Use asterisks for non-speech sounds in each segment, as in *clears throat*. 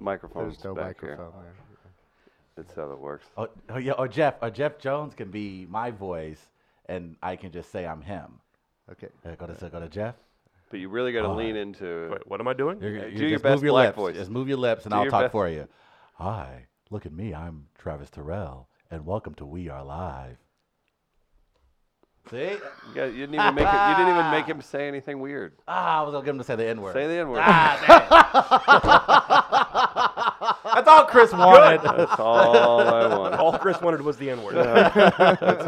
microphones There's no back microphone here. there. That's how it works. Oh, oh yeah, or Jeff, or Jeff Jones can be my voice, and I can just say I'm him. Okay. Uh, Go to so go to Jeff. But you really got to All right. lean into. Wait, what am I doing? You're- Yeah, you do your just best move your black lips. voice. Just move your lips, and Do I'll your talk best- for you. Hi, look at me. I'm Travis Terrell, and welcome to We Are Live. See? You, got, you didn't even make it. You didn't even make him say anything weird. Ah, I was gonna get him to say the Ah, N word. Say the N word. Ah! *laughs* That's all Chris wanted. *laughs* That's all I want. All Chris wanted was the N word. That's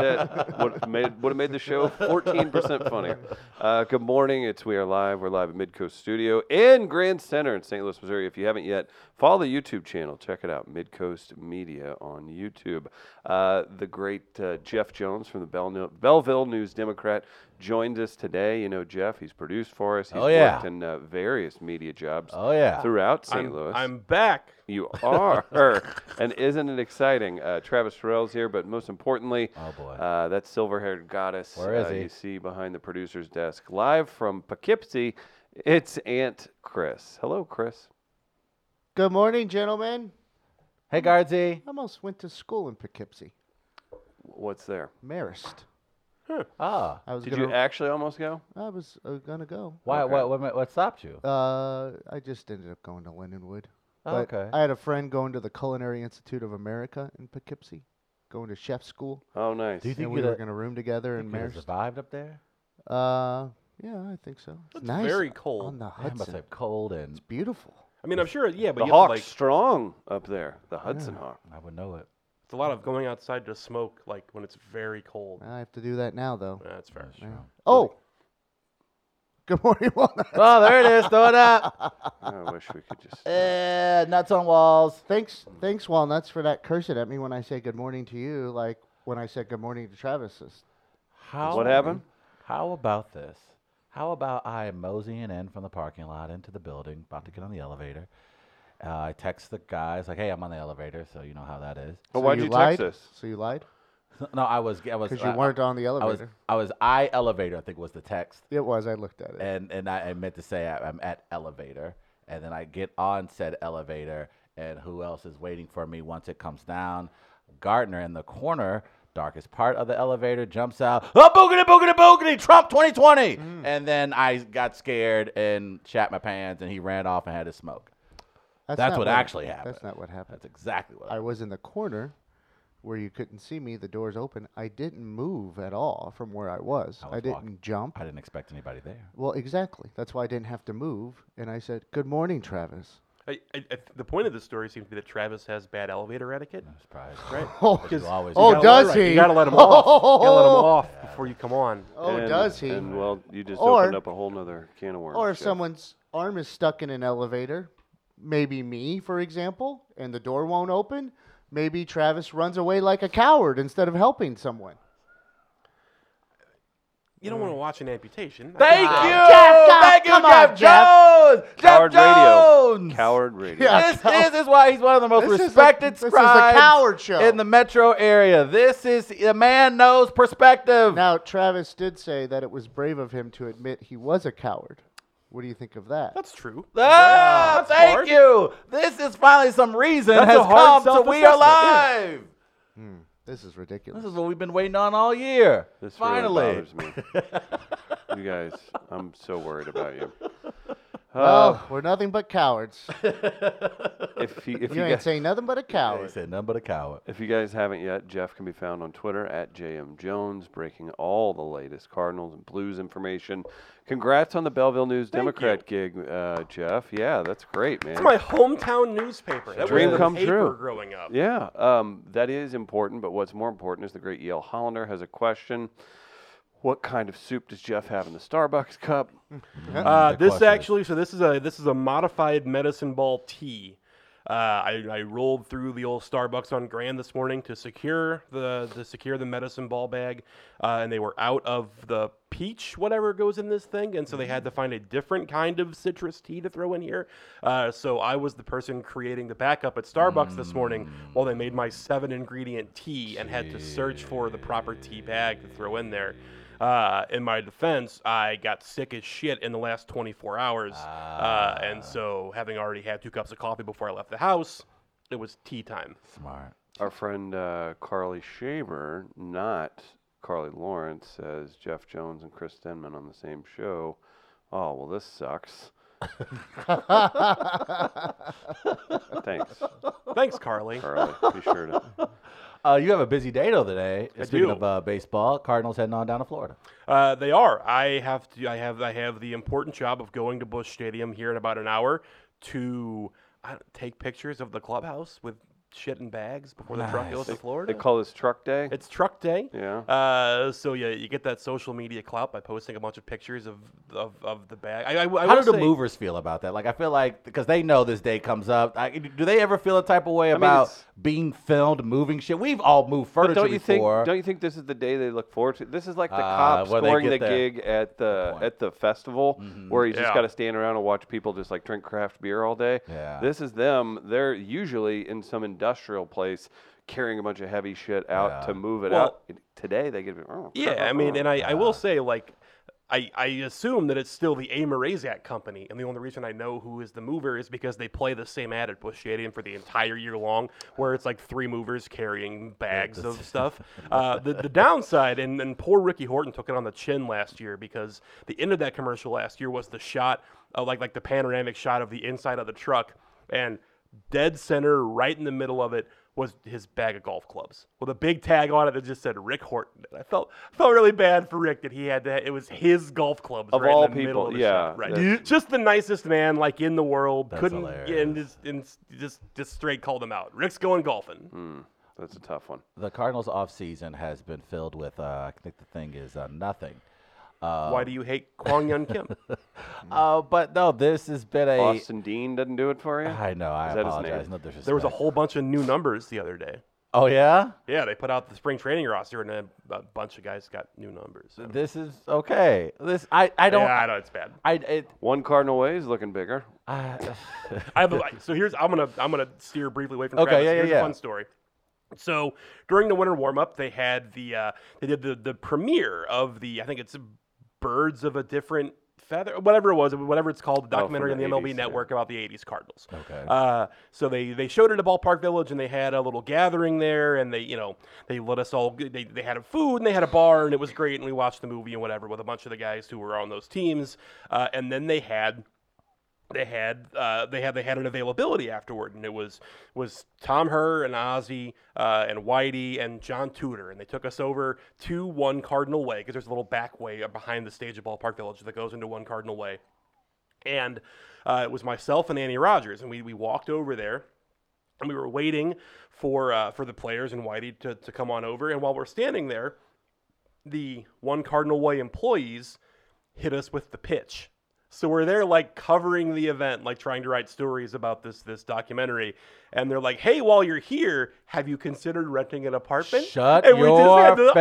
it. Would made would have made the show 14% funnier. Uh, good morning. It's we are live. We're live at Midcoast Studio in Grand Center in St. Louis, Missouri. If you haven't yet, follow the YouTube channel. Check it out, Midcoast Media on YouTube. Uh, the great uh, Jeff Jones from the Bell no- Belleville News Democrat joins us today. You know Jeff. He's produced for us. He's Oh, yeah. worked in uh, various media jobs. oh yeah. Throughout saint I'm, Louis, I'm back. You are. and isn't it exciting? Uh, Travis Terrell's here, but most importantly, Oh, boy. Uh, that silver haired goddess Where is uh, he? you see behind the producer's desk. Live from Poughkeepsie, it's Aunt Chris. Hello, Chris. Good morning, gentlemen. Hey, Guardsy. I almost went to school in Poughkeepsie, What's there? Marist. Ah, I was Did gonna. you actually almost go? I was uh, gonna go. why? Okay. What, what? What stopped you? Uh, I just ended up going to Lindenwood. Oh, But okay. I had a friend going to the Culinary Institute of America in Poughkeepsie, going to chef school, Oh, nice. Do you think and we you'd were have- gonna room together in Could have Marist. survived up there. Uh, yeah, I think so. It's It's nice very on cold. the It must Hudson. have cold, and It's beautiful. I mean, I'm sure. Yeah, but the you have Hawk's to, like, it's strong up there, the Hudson Hawk. I would know it. a lot of going outside to smoke, like when it's very cold. I have to do that now though. That's fair. That's true. Oh. Good morning, *laughs* Walnut. Oh, there it is. Throw it *laughs* up. *laughs* I wish we could just. Eh, nuts on walls. Thanks, thanks, Walnuts, for that cursing at me when I say good morning to you, like when I said good morning to Travis. It's- How, What happened? How about this? How about I am moseying in from the parking lot into the building, about to get on the elevator. Uh, I text the guys like, "Hey, I'm on the elevator," so you know how that is. *laughs* Oh, so why'd you you lied? text us? So you lied? no, I was, I was, Because you I- weren't on the I was, elevator. I was, I elevator. I think was the text, it was. I looked at it. and and I, I meant to say I, I'm at elevator, and then I get on said elevator, and who else is waiting for me once it comes down? Gardner in the corner, darkest part of the elevator, jumps out. Oh, boogity, boogity, boogity! Trump 2020. Mm. And then I got scared and shat my pants, and he ran off and had his smoke. that's not what actually happened. That's not what happened. That's exactly what. I I, was in the corner where you couldn't see me. The door's open. I didn't move at all from where I was. I, was didn't walking. jump. I didn't expect anybody there. well, exactly. That's why I didn't have to move. And I said, "Good morning, Travis." *laughs* I, I, I, the point of the story seems to be that Travis has bad elevator etiquette. I'm surprised. Right? *laughs* Oh, But you always oh, do. does Right, he? You gotta let him off. You gotta let *laughs* him off before you come on. Oh, And- does he? And well, you just opened Or- up a whole nother can of worms. Or if Jeff. someone's arm is stuck in an elevator, maybe me, for example, and the door won't open, maybe Travis runs away like a coward instead of helping someone. You don't want to watch an amputation. Thank Ah. you, Jeff, God, thank you, come Jeff on, Jones. Coward Jeff Jones. Radio. Coward Radio. Yeah. This, this is why he's one of the most This is a- respected this is a scribes coward show. in the metro area. This is the man knows perspective. Now, Travis did say that it was brave of him to admit he was a coward. What do you think of that? That's true. Ah, That's thank hard. you. This is finally some reason That's a has hard come to we are self-assessment, yeah. live. This is ridiculous. This is what we've been waiting on all year. This finally. really bothers me. you guys, I'm so worried about you. Uh, well, Oh, we're nothing but cowards. *laughs* if you, if you, You ain't guys, saying nothing *laughs* but a He coward. said nothing but a coward. if you guys haven't yet, Jeff can be found on Twitter at JM Jones, breaking all the latest Cardinals and Blues information. Congrats on the Belleville News Democrat gig, uh, Jeff. Yeah, that's great, man. It's my hometown newspaper. That Dream was the come paper true. Growing up. Yeah, um, that is important. But what's more important is the great Yale Hollander has a question. What kind of soup does Jeff have in the Starbucks cup? Uh, Good this question. actually, so this is a this is a modified medicine ball tea. Uh, I, I rolled through the old Starbucks on Grand this morning to secure the to secure the medicine ball bag, uh, and they were out of the peach whatever goes in this thing, and so they had to find a different kind of citrus tea to throw in here. Uh, so I was the person creating the backup at Starbucks this morning while they made my seven ingredient tea and had to search for the proper tea bag to throw in there. Uh, in my defense, I got sick as shit in the last 24 hours, uh, and so having already had two cups of coffee before I left the house, it was tea time. Smart. Our friend uh, Carly Shamer, not Carly Lawrence, says Jeff Jones and Chris Denman on the same show. Oh, well, this sucks. Thanks, *laughs* Thanks, Carly. Carly. Be sure to. Uh, you have a busy day though today. Speaking do. of uh, baseball, Cardinals heading on down to Florida. Uh, they are. I have to. I have. I have the important job of going to Bush Stadium here in about an hour to I, take pictures of the clubhouse with shit in bags before the truck goes to They Florida. call this Truck Day. it's Truck Day. Yeah. Uh, so yeah, you get that social media clout by posting a bunch of pictures of of, of the bag. I, I, I How will do the say- movers feel about that? Like, I feel like because they know this day comes up. I, do they ever feel a type of way about it's- being filmed, moving shit? We've all moved furniture But don't you think? before. Don't you think this is the day they look forward to? This is like the Ah, cop where they scoring the get their- gig at the point. Mm-hmm. at the festival, where you just Yeah. got to stand around and watch people just like drink craft beer all day. Yeah. This is them. They're usually in some industrial place carrying a bunch of heavy shit out to move it Well- out. Today they get. Oh, Yeah, I mean, and I, I will say, like, I, I assume that it's still the A. Mrazak company, and the only reason I know who is the mover is because they play the same ad at Bush Stadium for the entire year long, where it's like three movers carrying bags of stuff. Uh, the, the downside, and, and poor Ricky Horton took it on the chin last year because the end of that commercial last year was the shot, of like like the panoramic shot of the inside of the truck, and dead center, right in the middle of it, was his bag of golf clubs with a big tag on it that just said Rick Horton. And I felt felt really bad for Rick that he had that. It was his golf clubs Of right all in the middle people, of the yeah, shot, right? that's- Just the nicest man like in the world. Couldn't hilarious. and just and s- just just straight called him out. Rick's going golfing. Hmm. That's a tough one. the Cardinals off season has been filled with. Uh, I think the thing is uh, nothing. Why do you hate Kwang Yun Kim? Uh, but no, this has been a. Austin Dean doesn't do it for you. I know. I Is that his name? apologize. No disrespect. there was a whole bunch of new numbers the other day. Oh yeah. Yeah, they put out the spring training roster, and a, a bunch of guys got new numbers. So- This is okay. This I I don't. yeah, I know it's bad. I it, One Cardinal way is looking bigger. I *laughs* I have a, so here's I'm gonna I'm gonna steer briefly away from Okay, Travis. yeah, yeah, here's yeah. a fun story. So during the winter warm up, they had the uh, they did the the premiere of the I think it's Birds of a Different Feather, whatever it was, whatever it's called, the Oh, from documentary the on the MLB 80s, yeah. Network about the '80s Cardinals. Okay. Uh, so they they showed it at Ballpark Village, and they had a little gathering there, and they you know they let us all they they had food and they had a bar, and it was great, and we watched the movie and whatever with a bunch of the guys who were on those teams, uh, and then they had they had uh, they had they had an availability afterward, and it was was Tom Herr and Ozzy uh, and Whitey and John Tudor, and they took us over to One Cardinal Way because there's a little back way uh, behind the stage at Ballpark Village that goes into One Cardinal Way, and uh, it was myself and Annie Rogers, and we we walked over there and we were waiting for uh, for the players and Whitey to, to come on over. And while we're standing there, the one Cardinal Way employees hit us with the pitch. So we're there like covering the event, like trying to write stories about this this documentary. And they're like, "Hey, while you're here, have you considered renting an apartment?" Shut and we just had your to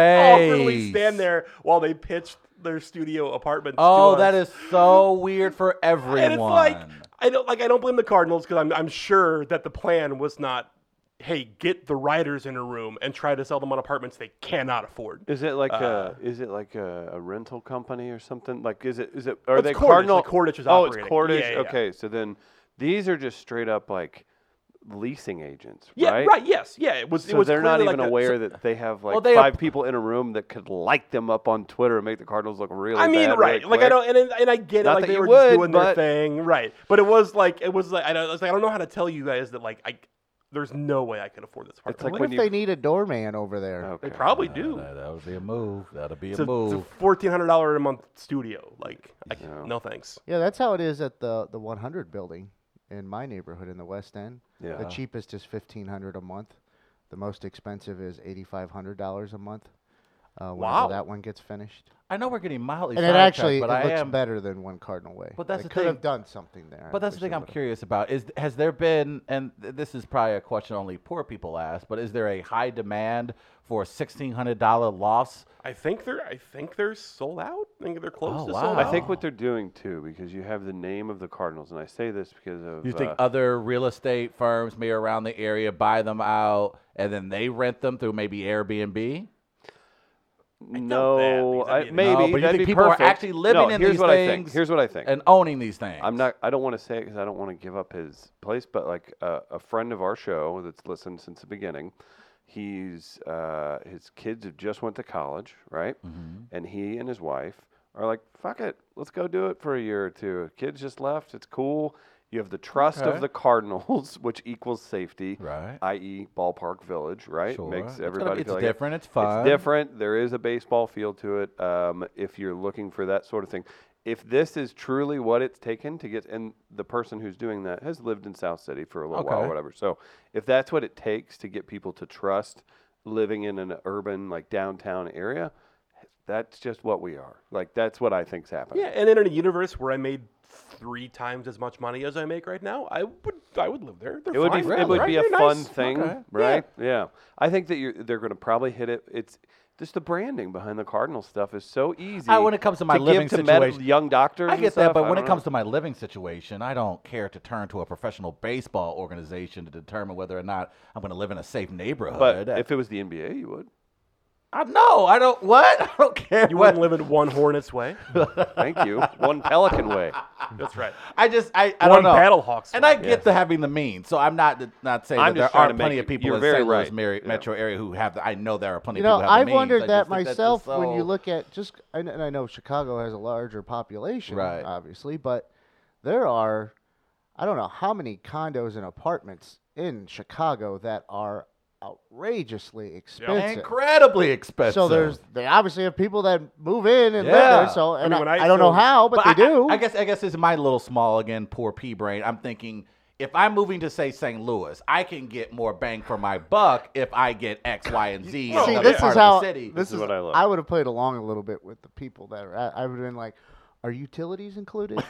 awkwardly face. stand there while they pitched their studio apartments. oh, to that us. is so weird for everyone. And it's like I don't like I don't blame the Cardinals because I'm I'm sure that the plan was not, hey, get the writers in a room and try to sell them on apartments they cannot afford. Is it like Uh. a is it like a, a rental company or something? Like is it is it are It's they Cordage, Cardinal? like Cordage is oh, it's operating. Cordage. Yeah, yeah, yeah. Okay, so then these are just straight up like leasing agents, Yeah, right? right. Yes, yeah. It was. it So was they're not clearly even like a- aware that they have like Well, they five app- people in a room that could light them up on Twitter and make the Cardinals look really. I mean, bad really right? like quick. I don't, and, and- and I get it. Not like that they you were would, just doing but- their thing, right? But it was like it was like I don't, I was like, I don't know how to tell you guys that like I, there's no way I could afford this apartment. like what when if you- Oh, they need a doorman over there? Okay. they probably do. that, that would be a move. That would be a It's a, it's move. a fourteen hundred dollar a month studio. Like, I, no thanks. Yeah, that's how it is at the the 100 building in my neighborhood in the West End. Yeah. The cheapest is 1500 a month. The most expensive is $8500 a month. Uh, whenever Wow. That one gets finished. I know we're getting mildly And it sidetracked, actually but it I looks am. better than one Cardinal Way. But that's They the could have thing. done something there. But that's the which thing they I'm would've. curious about is has there been and th- this is probably a question only poor people ask, but is there a high demand for a sixteen hundred dollar loss? I think they're I think they're sold out. I think they're close Oh, to wow. sold I out. think what they're doing too, because you have the name of the Cardinals, and I say this because of You think uh, other real estate firms may around the area buy them out and then they rent them through maybe Airbnb? doubt that, No, because that'd I- be an- maybe No, but you that'd think be people are perfect. actually living no, in here's these what I think. things Here's what I think. and owning these things. I'm not. I don't want to say it because I don't want to give up his place. But like uh, a friend of our show that's listened since the beginning, he's uh, his kids have just went to college, right? Mm-hmm. And he and his wife are like, "Fuck it, let's go do it for a year or two." Kids just left. It's cool. You have the trust Okay. of the Cardinals, *laughs* which equals safety, Right. I.e., Ballpark Village, right? Sure. It's Makes gonna- everybody it's feel like it- different, it's fun. different. There is a baseball feel to it. Um, if you're looking for that sort of thing, if this is truly what it's taken to get, and the person who's doing that has lived in South City for a little while, Okay. or whatever. So if that's what it takes to get people to trust living in an urban, like downtown area, that's just what we are. Like that's what I think's happening. Yeah, and in a universe where I made three times as much money as I make right now, I would I would live there. They're It would be fine, it would right? be a They're fun nice. thing, Okay. right? Yeah. I think that you're they're going to probably hit it. It's just the branding behind the cardinal stuff is so easy. Ah, when it comes to my give living to med- situation- young doctors. I and get that, stuff, but when don't it comes know. to my living situation, I don't care to turn to a professional baseball organization to determine whether or not I'm going to live in a safe neighborhood. but if it was the NBA, you would. I no, I don't. What? *laughs* I don't care. You what- wouldn't live in one *laughs* Hornets way. Thank *laughs* you. One Pelican way. That's right. I just I, I One don't know. paddle hawk's and I fine. get the having the means, so I'm not not saying I'm that just there trying are to make plenty it- of people you're in very St. Louis right. mer- Yeah. metro area who have. The, I know there are plenty You of know, people who have I've the means. wondered that I just think that's just myself when you so- look at just, and, and I know Chicago has a larger population, Right. obviously, but there are, I don't know how many condos and apartments in Chicago that are outrageously expensive. incredibly expensive. so there's they obviously have people that move in and Yeah. live there. So and I, mean, when I I don't know still- how, but, they I, do. I, I guess I guess this is my little small again, poor pea brain. I'm thinking if I'm moving to say St. Louis, I can get more bang for my buck if I get X, Y, and Z. in Well, See, another this part is of how the city. this is what I love. I would have played along a little bit with the people that are. I, I would have been like, "Are utilities included?"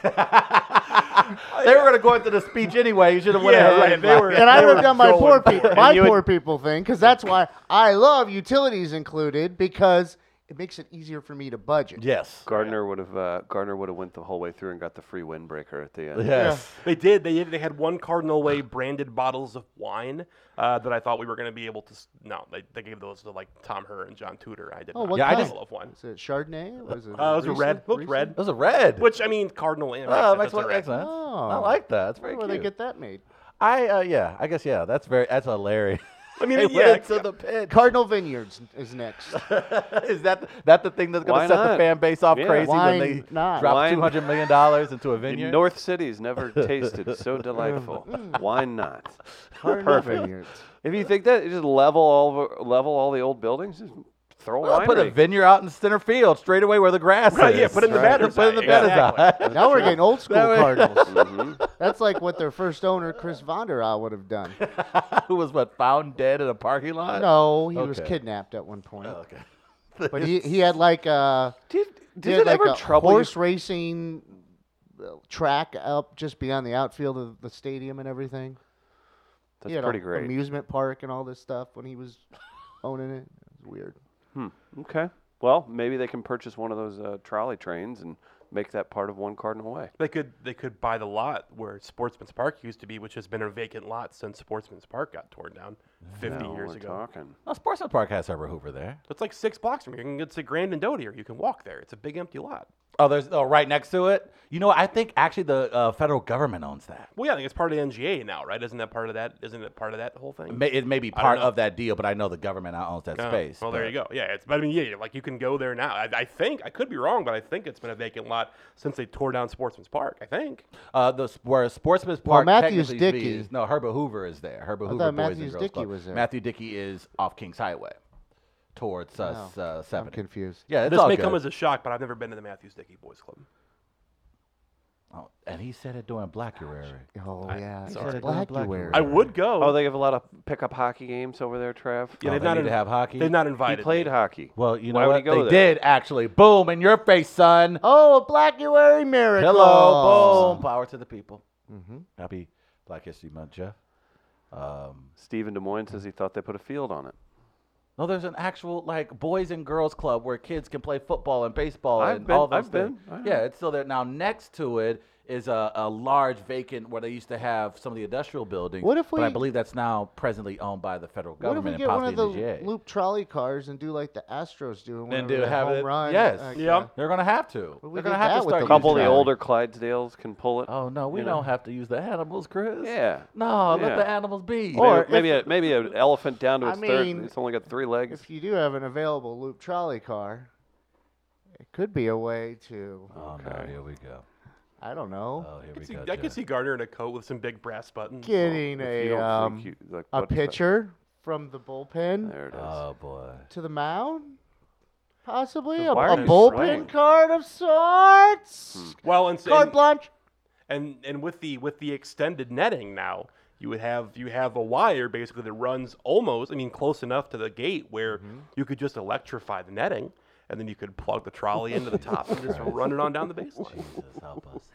they were going to go into the speech anyway. You should have went Yeah, ahead. right, and they like- were- and I They would were have done my going poor for people, it. my And you would- poor people thing, because that's why I love utilities included because it makes it easier for me to budget. Yes. Gardner would have uh, Gardner would have went the whole way through and got the free windbreaker at the end. Yes. They did. They they had one Cardinal Way branded bottles of wine uh, that I thought we were going to be able to. s- No, they, they gave those to like Tom Herr and John Tudor. I did Oh, not. what get a kind? bottle of wine. Is it Chardonnay? Was it? Uh, it was a red. Riesling? Looked Riesling? red. It was a red. Which I mean, Cardinal and Oh, red. makes, That's makes, a red. sense. Oh. I like that. It's very Where cute. would they get that made? I uh, yeah. I guess yeah. That's very. That's hilarious. *laughs* I mean, They went yeah, into the pitch. Cardinal Vineyards is next. *laughs* is that that the thing that's going Why to set the not? fan base off Yeah. crazy Why when they not? drop Why- two hundred million dollars into a The vineyard? North City's *laughs* never tasted Mm. so delightful. Why not? Cardinal Vineyards. If you think that, just level all of- level all the old buildings. Just throw Well, a put a winery. vineyard out in center field, straight away where the grass Right, is. yeah, put it in the Right. batter's Put it in the eye, batter's exactly. eye. Now we're getting old school That way- *laughs* Cardinals. Mm-hmm. Mhm. That's like what their first owner, Chris Vonderau, would have *laughs* done. *laughs* Who was what found dead in a parking lot? No, he was Okay. kidnapped at one point. Oh, Okay. *laughs* But he, he had like uh, a Did They did had it like ever a trouble you horse racing uh, track up just beyond the outfield of the stadium and everything. He That's had a pretty great. Amusement park and all this stuff when he was *laughs* owning it. It was weird. Okay. Well, maybe they can purchase one of those uh, trolley trains and make that part of one Cardinal Way. They could they could buy the lot where Sportsman's Park used to be, which has been a vacant lot since Sportsman's Park got torn down 50 Now years Oh, we're ago. talking. No, Sportsman Park has Herbert Hoover there. It's like six blocks from here. You can get to Grand and Doty, or you can walk there. It's a big empty lot. Oh, there's oh, right next to it. You know, I think actually the uh, federal government owns that. Well, yeah, I think it's part of the NGA now, right? Isn't that part of that? Isn't it part of that whole thing? It may, it may be don't part know. of that deal, but I know the government now owns that Oh, space. Well, there but- you go. Yeah, it's. But I mean, yeah, like you can go there now. I, I think I could be wrong, but I think it's been a vacant lot since they tore down Sportsman's Park. I think. Uh, the s- where Sportsman's Park. Matthews technically Dickey- is- No, Herbert Hoover is there. Herbert Hoover thought Boys and Matthews Girls Dickey Club. was there. Matthew Dickey is off Kings Highway, towards uh, s- uh, Oh, I'm seventy. confused. Yeah, it's this all may good. come as a shock, but I've never been to the Matthews Dickey Boys Club. oh, and he said it during Blackerary. Oh yeah, sorry. it's black Black you wear. I would go. Oh, they have a lot of pickup hockey games over there, Trav. yeah, Oh, they've they not need to inv- have hockey? They've not He invited. played me. hockey. Well, you know Why Would he what? go they there? did actually. Boom in your face, son. Oh, a Blackuary miracle. Mm-hmm. Hello, boom. Power to the people. Happy Black History Month, Jeff. Um, Stephen Des Moines says he thought they put a field on it. no, there's an actual like boys and girls club where kids can play football and baseball I've and been- all those I've things. been. I know. Yeah, it's still there. Now next to it is a, a large vacant where they used to have some of the industrial buildings. What if But I we- believe that's now presently owned by the federal What if government we get and one of possibly the the DGA. loop trolley cars and do like the Astros do and, And whenever do they have home it. run? Yes. like, Yep. uh, They're gonna have to. Well, we They're gonna did that have to with start. A the using couple of the that. Trolley. older Clydesdales can pull it. Oh no, we know? don't have to use the animals, Chris. Yeah. No, Yeah. let the animals be. Maybe- Or maybe a, maybe an elephant down to I its third. mean, It's only got three legs. If you do have an available loop trolley car, it could be a way to oh no, Okay. here we go. I don't know, Oh, here I we could, see, go. I could Jeff. see Gardner in a coat with some big brass buttons. getting If you a don't um, think you- like, a what's that? pitcher Uh, from the bullpen There it is. Oh boy. to the mound, possibly The a, wire a is Hmm. bullpen strong. card of sorts. Well, and, s- Card and, blanche. and and with the with the extended netting now, you would have you have a wire basically that runs almost, I mean, close enough to the gate where you could just electrify the netting, and then you could plug the trolley into the top and *laughs* just run it on down the baseline. Jesus help *laughs* us.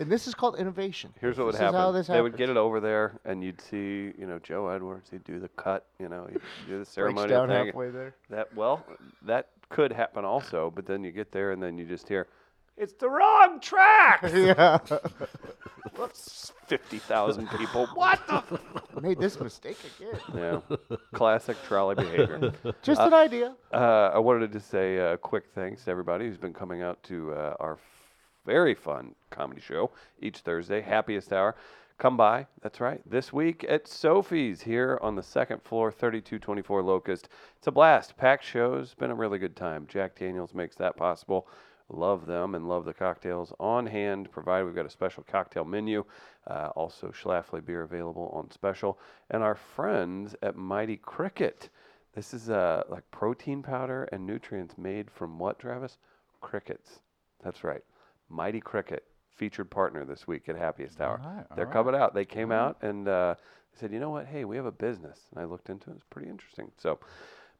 And this is called innovation. Here's what would This is happen. how this they would get happens. it over there, and you'd see, you know, Joe Edwards. He'd do the cut, you know, he'd *laughs* do the Breaks ceremony down thing. *laughs* halfway there. *laughs* That well, that could happen also. But then you get there, and then you just hear, "It's the wrong track." yeah. *laughs* Fifty thousand people. *laughs* What the? F-? Made this mistake again. Yeah. Classic trolley *laughs* behavior. Just an idea. Uh, I wanted to say a quick thanks to everybody who's been coming out to uh, our f- very fun comedy show each Thursday, Happiest Hour. Come by. That's right. This week at Sophie's here on the second floor, 3224 Locust. It's a blast. Packed shows. Been a really good time. Jack Daniels makes that possible. Love them and love the cocktails on hand. Provided we've got a special cocktail menu. Uh, also, Schlafly beer available on special. And our friends at Mighty Cricket. This is uh, like protein powder and nutrients made from what, Travis? Crickets. That's right. Mighty Cricket, featured partner this week at Happiest Hour. right, all They're right. coming out. They came out and uh, they said, you know what? Hey, we have a business. And I looked into it. It's pretty interesting. So,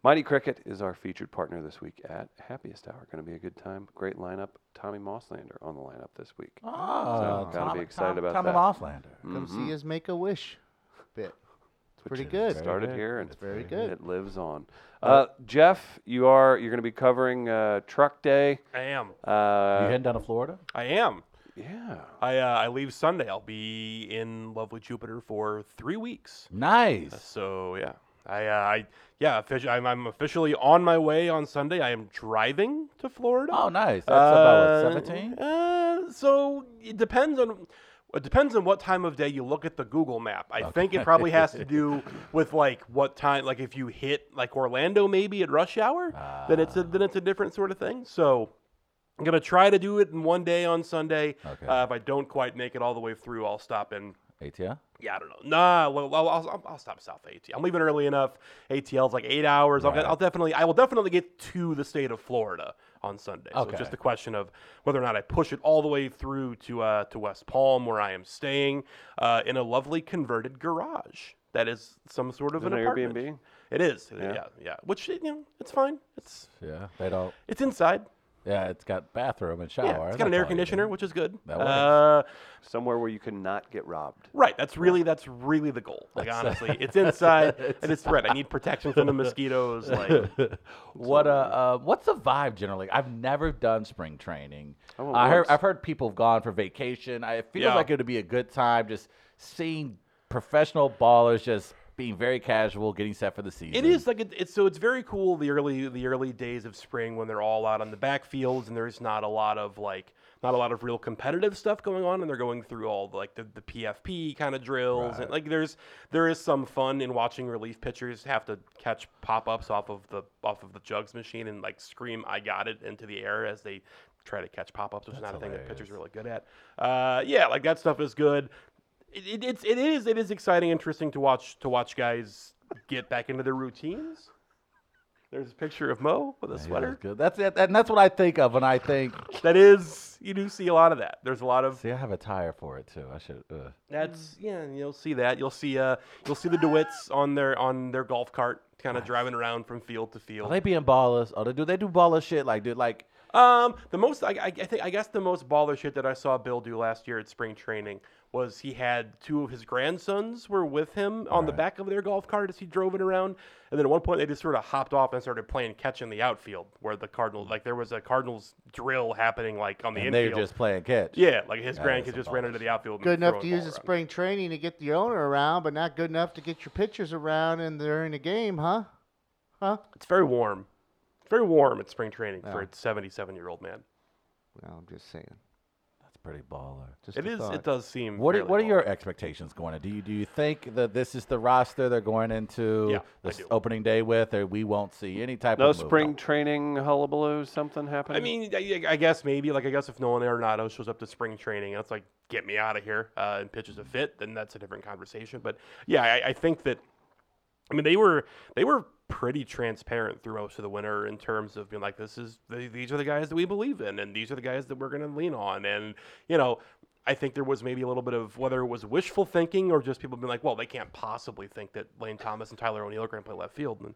Mighty Cricket is our featured partner this week at Happiest Hour. Going to be a good time. Great lineup. Tommy Mosslander on the lineup this week. Oh, gotta be excited about Tommy that. Mosslander. Come mm-hmm. see his make a wish bit. It's Pretty good. started here and very good. It lives on. Uh, Jeff, you are you're going to be covering uh, Truck Day. *laughs* I am. Uh, you heading down to Florida? I am. yeah. I uh, I leave Sunday. I'll be in lovely Jupiter for three weeks. Nice. So yeah, I uh, I yeah, offici- I'm, I'm officially on my way on Sunday. I am driving to Florida. Oh, nice. That's Uh, about what, 17? Uh, so it depends on. It depends on what time of day you look at the Google map. I think it probably has to *laughs* do with like what time, like if you hit like Orlando maybe at rush hour, then Ah. it's a then it's a different sort of thing. So I'm gonna try to do it in one day on Sunday. Okay. Uh, if I don't quite make it all the way through, I'll stop and ATL? yeah, I don't know. Nah, well, I'll, I'll, I'll stop south of ATL. I'm leaving early enough. ATL's like eight hours. I'll, get, I'll definitely, I will definitely get to the state of Florida on Sunday. So it's Okay. just a question of whether or not I push it all the way through to uh, to West Palm, where I am staying uh, in a lovely converted garage. That is some sort of Is it an an apartment. Airbnb? It is. Yeah. yeah, Which you know, it's fine. It's Yeah. They don't. it's inside. Yeah, it's got bathroom and shower. Yeah, it's got an That's all air you need. conditioner, which is good. That works. Uh, somewhere where you cannot get robbed. Right. That's really that's really the goal. Like honestly, it's inside and it's red. I need protection from the mosquitoes. Like What uh, uh, what's the vibe generally? I've never done spring training. I went heard, once. I've heard people have gone for vacation. I, it feels Oh, Yeah. like it would be a good time just seeing professional ballers just being very casual, getting set for the season. it is like it, it's so it's very cool the early the early days of spring when they're all out on the backfields and there's not a lot of like not a lot of real competitive stuff going on and they're going through all like the, the PFP kind of drills and like there's there is some fun in watching relief pitchers have to catch pop ups off of the off of the jugs machine and like scream I got it into the air as they try to catch pop ups, which is not a thing that pitchers are really good at. Uh, yeah, like that stuff is good. It, it, it's it is it is exciting, interesting to watch to watch guys get back into their routines. There's a picture of Mo with a Yeah, sweater. it's good. That's it, and that's what I think of when I think. *laughs* That is, you do see a lot of that. There's a lot of See, I have a tire for it too. I should. Uh, that's yeah. and You'll see that. You'll see uh, you'll see the Dewitts on their on their golf cart, kind of driving around from field to are field. Oh, they being ballers? Or do they do baller shit? Like, do like Um, the most I, I, I think I guess the most baller shit that I saw Bill do last year at spring training was he had two of his grandsons were with him on the back of their golf cart as he drove it around, and then at one point they just sort of hopped off and started playing catch in the outfield where the Cardinals like there was a Cardinals drill happening like on the And they're infield. just playing catch. yeah, like his That is grandkids some just ran baller into the outfield. and Good enough throwing to use ball at around. spring training to get the owner around, but not good enough to get your pitchers around and during the game, huh? Huh? It's very warm. It's very warm at spring training for a 77 year old man. Well, I'm just saying. That's pretty baller. Just It a is. thought. It does seem. What are, fairly what are warm. your expectations going in? Do you do you think that this is the roster they're going into Yeah, I this do. opening day with, or we won't see any type No of movement? spring training hullabaloo, something happening? I mean, I, I guess maybe like I guess if Nolan Arenado shows up to spring training, that's like get me out of here uh, and pitches a fit, then that's a different conversation. But yeah, I, I think that I mean they were they were pretty transparent through most of the winter in terms of being like this is th- these are the guys that we believe in and these are the guys that we're going to lean on and you know I think there was maybe a little bit of whether it was wishful thinking or just people being like, well, they can't possibly think that Lane Thomas and Tyler O'Neill are going to play left field. And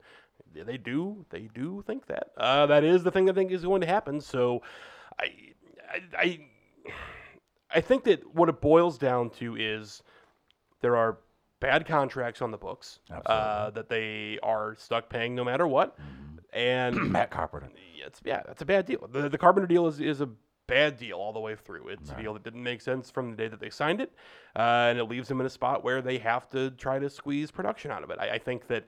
yeah, they do, they do think that. Uh, that is the thing I think is going to happen. So I, I, I, I think that what it boils down to is there are bad contracts on the books uh, that they are stuck paying no matter what. And Mm-hmm. *clears throat* Matt Carpenter. it's yeah, that's a bad deal. The, the Carpenter deal is, is a bad deal all the way through. It's a deal that didn't make sense from the day that they signed it, uh, and it leaves them in a spot where they have to try to squeeze production out of it. I, I think that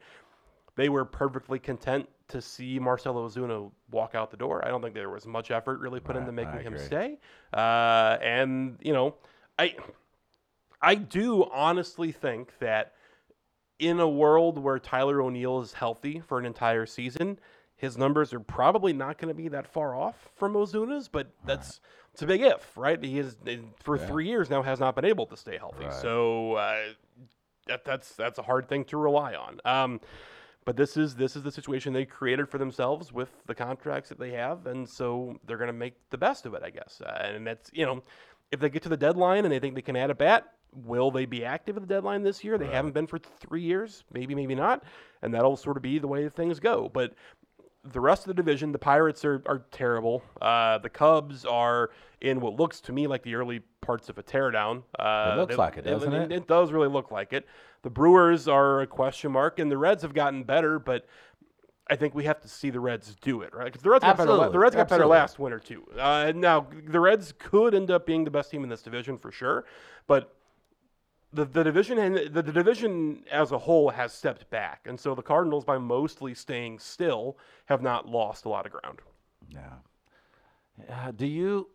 they were perfectly content to see Marcelo Ozuna walk out the door. I don't think there was much effort really put into making I him agree. stay. Uh, and you know, I I do honestly think that in a world where Tyler O'Neill is healthy for an entire season, his numbers are probably not going to be that far off from Ozuna's, but that's it's a big if, right? He is for three years now has not been able to stay healthy, so uh, that that's that's a hard thing to rely on. Um, but this is this is the situation they created for themselves with the contracts that they have, and so they're going to make the best of it, I guess. Uh, and that's you know, if they get to the deadline and they think they can add a bat, will they be active at the deadline this year? They haven't been for three years, maybe, maybe not, and that'll sort of be the way things go. But the rest of the division, the Pirates are, are terrible. Uh, the Cubs are in what looks to me like the early parts of a teardown. Uh, It looks like it, doesn't it? It does really look like it. The Brewers are a question mark, and the Reds have gotten better, but I think we have to see the Reds do it, right? Because the Reds got better. la- Absolutely, The Reds got better absolutely. last winter too. Uh, now the Reds could end up being the best team in this division for sure, but the, the division and the, the division as a whole has stepped back, and so the Cardinals, by mostly staying still, have not lost a lot of ground. Yeah. Uh, do you?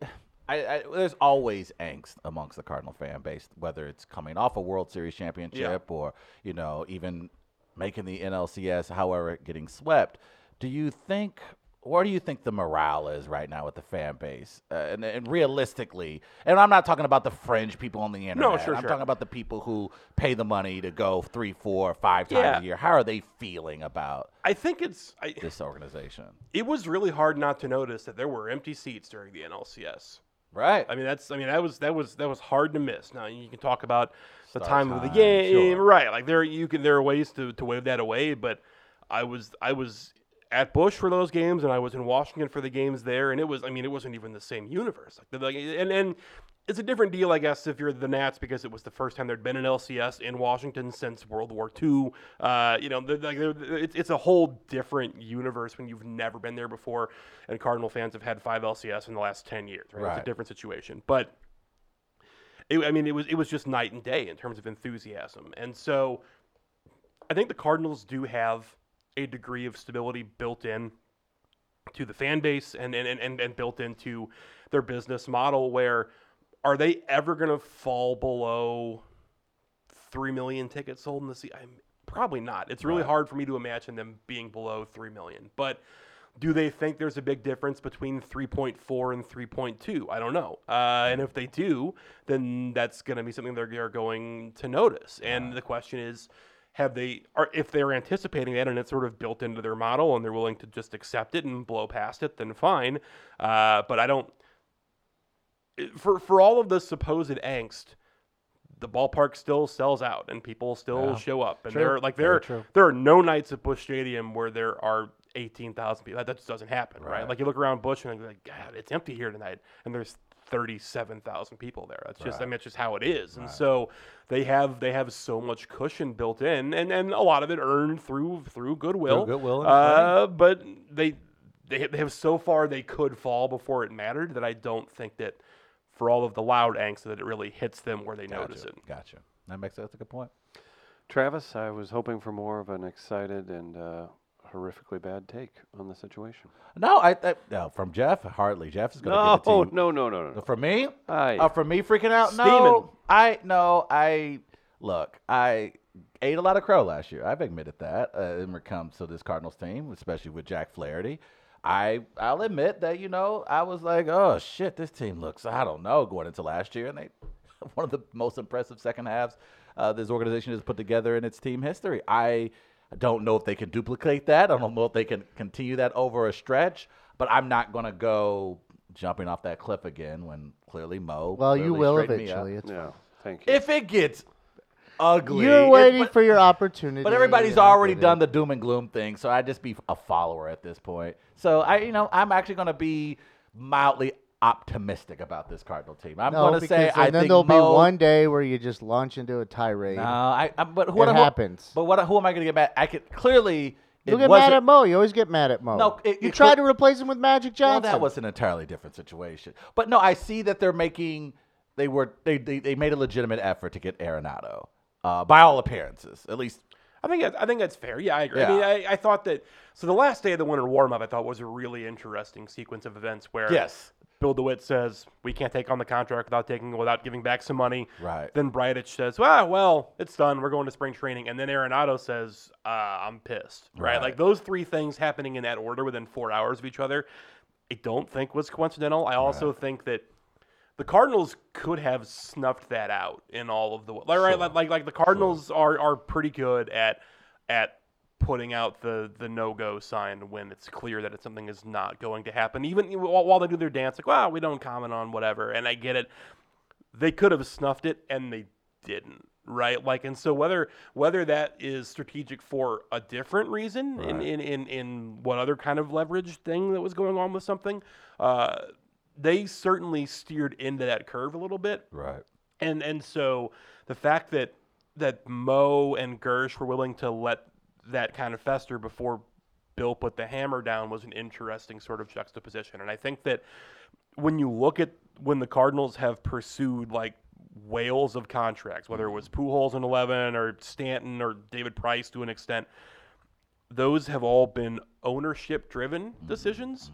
I, I, there's always angst amongst the Cardinal fan base, whether it's coming off a World Series championship or you know even making the NLCS, however, getting swept. Do you think? Where do you think the morale is right now with the fan base? Uh, and, and realistically, and I'm not talking about the fringe people on the internet. sure, I'm sure. talking about the people who pay the money to go three, four, five times Yeah. a year. How are they feeling about I think it's I, this organization? it was really hard not to notice that there were empty seats during the NLCS. Right. I mean, that's. I mean, that was that was that was hard to miss. Now you can talk about the Start time, of the time, game, sure. right? Like there, you can there are ways to to wave that away. But I was I was at Bush for those games, and I was in Washington for the games there, and it was. I mean, it wasn't even the same universe. Like, the- like and and. It's a different deal, I guess, if you're the Nats because it was the first time there'd been an LCS in Washington since World War II. Uh, you know, they're- like they're- it's it's a whole different universe when you've never been there before. And Cardinal fans have had five LCS in the last ten years. Right? It's Right. a different situation, but it, I mean, it was it was just night and day in terms of enthusiasm, and so I think the Cardinals do have a degree of stability built in to the fan base and and, and- and, and built into their business model. Where are they ever going to fall below three million tickets sold in the season? I'm probably not. It's really hard for me to imagine them being below three million, but. Do they think there's a big difference between 3.4 and 3.2? I don't know. Uh, and if they do, then that's going to be something they're, they're going to notice. And the question is, have they are if they're anticipating that and it's sort of built into their model and they're willing to just accept it and blow past it, then fine. Uh, but I don't. For for all of the supposed angst, the ballpark still sells out and people still show up. And there are like there true. there are no nights at Bush Stadium where there are eighteen thousand people. That, that just doesn't happen, right? Right. Like you look around Bush and you're like, God, it's empty here tonight, and there's thirty-seven thousand people there. That's just, I mean, it's just how it is. And so they have they have so much cushion built in, and and a lot of it earned through through goodwill. goodwill and uh, but they they they have so far they could fall before it mattered that I don't think that. For all of the loud angst, that it really hits them where they notice it. Gotcha. That makes that's a good point. Travis, I was hoping for more of an excited and uh, horrifically bad take on the situation. No, I, I no, from Jeff hardly. Jeff is going to give no, the team. no, no, no, no. For me, Aye. Uh, for me freaking out. Steaming. No, I no, I look. I ate a lot of crow last year. I've admitted that. Uh, when it comes to this Cardinals team, especially with Jack Flaherty, I I'll admit that you know I was like, oh shit, this team looks. I don't know going into last year, and they *laughs* one of the most impressive second halves uh, this organization has put together in its team history. I don't know if they can duplicate that. I don't know if they can continue that over a stretch. But I'm not gonna go jumping off that cliff again when clearly Mo. Well, you clearly will straightened me up. eventually. It's Yeah, thank you. If it gets ugly, You're it- waiting but- for your opportunity. But everybody's and I already get it. done the doom and gloom thing, so I'd just be a follower at this point. So I, you know, I'm actually going to be mildly optimistic about this Cardinal team. I'm No, going to because say and I then think there'll Mo- be one day where you just launch into a tirade. No, I, I- but who It who- happens. But what? Who am I going to get mad? I could clearly. You'll it get wasn't- mad at Mo. You always get mad at Mo. No, it- you it tried could- to replace him with Magic Johnson. Well, that was an entirely different situation. But no, I see that they're making they were they they, they made a legitimate effort to get Arenado, uh, by all appearances, at least. I think that- I think that's fair. Yeah, I agree. Yeah. I mean, I, I thought that so the last day of the winter warm up, I thought was a really interesting sequence of events where Yes. Bill DeWitt says we can't take on the contract without taking without giving back some money. Right. Then Breidich says, "Well, well, it's done. We're going to spring training." And then Arenado says, uh, "I'm pissed." Right? Right. Like those three things happening in that order within four hours of each other, I don't think was coincidental. I also think that the Cardinals could have snuffed that out in all of the like, right, like like like the Cardinals are are pretty good at at putting out the the no go sign when it's clear that it's something is not going to happen. Even while, while they do their dance, like wow, we don't comment on whatever, and I get it. They could have snuffed it, and they didn't. Right, like, and so whether whether that is strategic for a different reason, in, in in in what other kind of leverage thing that was going on with something, uh, they certainly steered into that curve a little bit. Right. And and so the fact that that Mo and Gersh were willing to let that kind of fester before Bill put the hammer down was an interesting sort of juxtaposition. And I think that when you look at when the Cardinals have pursued like whales of contracts, whether it was Pujols in eleven or Stanton or David Price to an extent, those have all been ownership driven decisions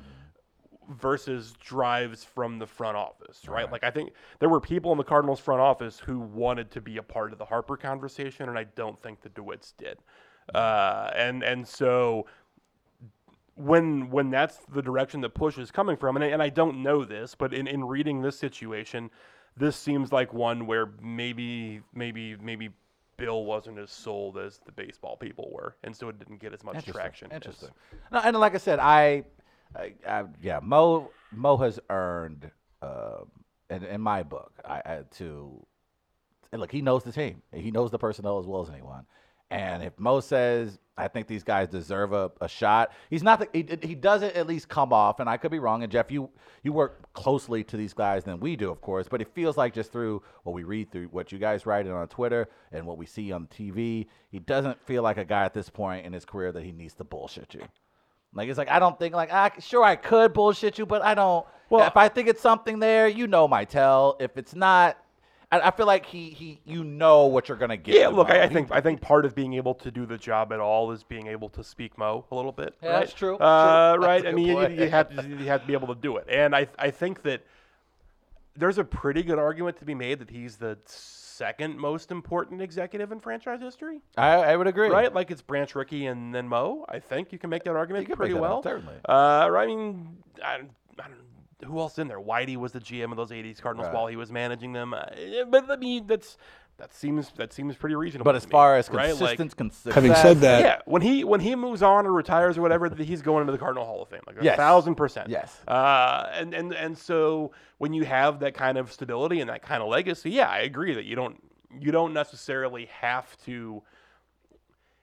versus drives from the front office, right? Like I think there were people in the Cardinals front office who wanted to be a part of the Harper conversation, and I don't think the Dewitts did. Uh, and and so when when that's the direction the push is coming from, and I, and I don't know this, but in, in reading this situation, this seems like one where maybe maybe maybe Bill wasn't as sold as the baseball people were, and so it didn't get as much traction. as- Interesting. No, and like I said, I, I, I yeah, Mo Mo has earned, um in, in my book, I, I to, and look, he knows the team, he knows the personnel as well as anyone. And if Mo says, I think these guys deserve a, a shot, he's not. The, he, he doesn't at least come off, and I could be wrong. And Jeff, you you work closely to these guys than we do, of course, but it feels like just through what we read, through what you guys write and on Twitter, and what we see on TV, he doesn't feel like a guy at this point in his career that he needs to bullshit you. Like it's like I don't think like I sure I could bullshit you, but I don't. Well, if I think it's something there, you know my tell. If it's not, I, I feel like he he you know what you're gonna get. Yeah, with look, I, Mo. I think I think part of being able to do the job at all is being able to speak Mo a little bit. Yeah, right? that's true. Uh, True. That's Right. a I good mean, you, point. you have to you have to be able to do it, and I I think that there's a pretty good argument to be made that he's the second most important executive in franchise history, I, I would agree. right? Like it's Branch Rickey and then Mo. I think you can make that argument You could pretty make that well. up, certainly. Uh, right, I mean, I, don't- I don't. Who else in there? Whitey was the GM of those '80s Cardinals Right. while he was managing them. Uh, eh, but I mean, that's that seems that seems pretty reasonable. But to as me, far as right? Like, consistent, consistent. Having said that, yeah, when he when he moves on or retires or whatever, th- he's going into the Cardinal Hall of Fame, like a Yes. thousand percent. Yes. Uh, and and and so when you have that kind of stability and that kind of legacy, yeah, I agree that you don't you don't necessarily have to.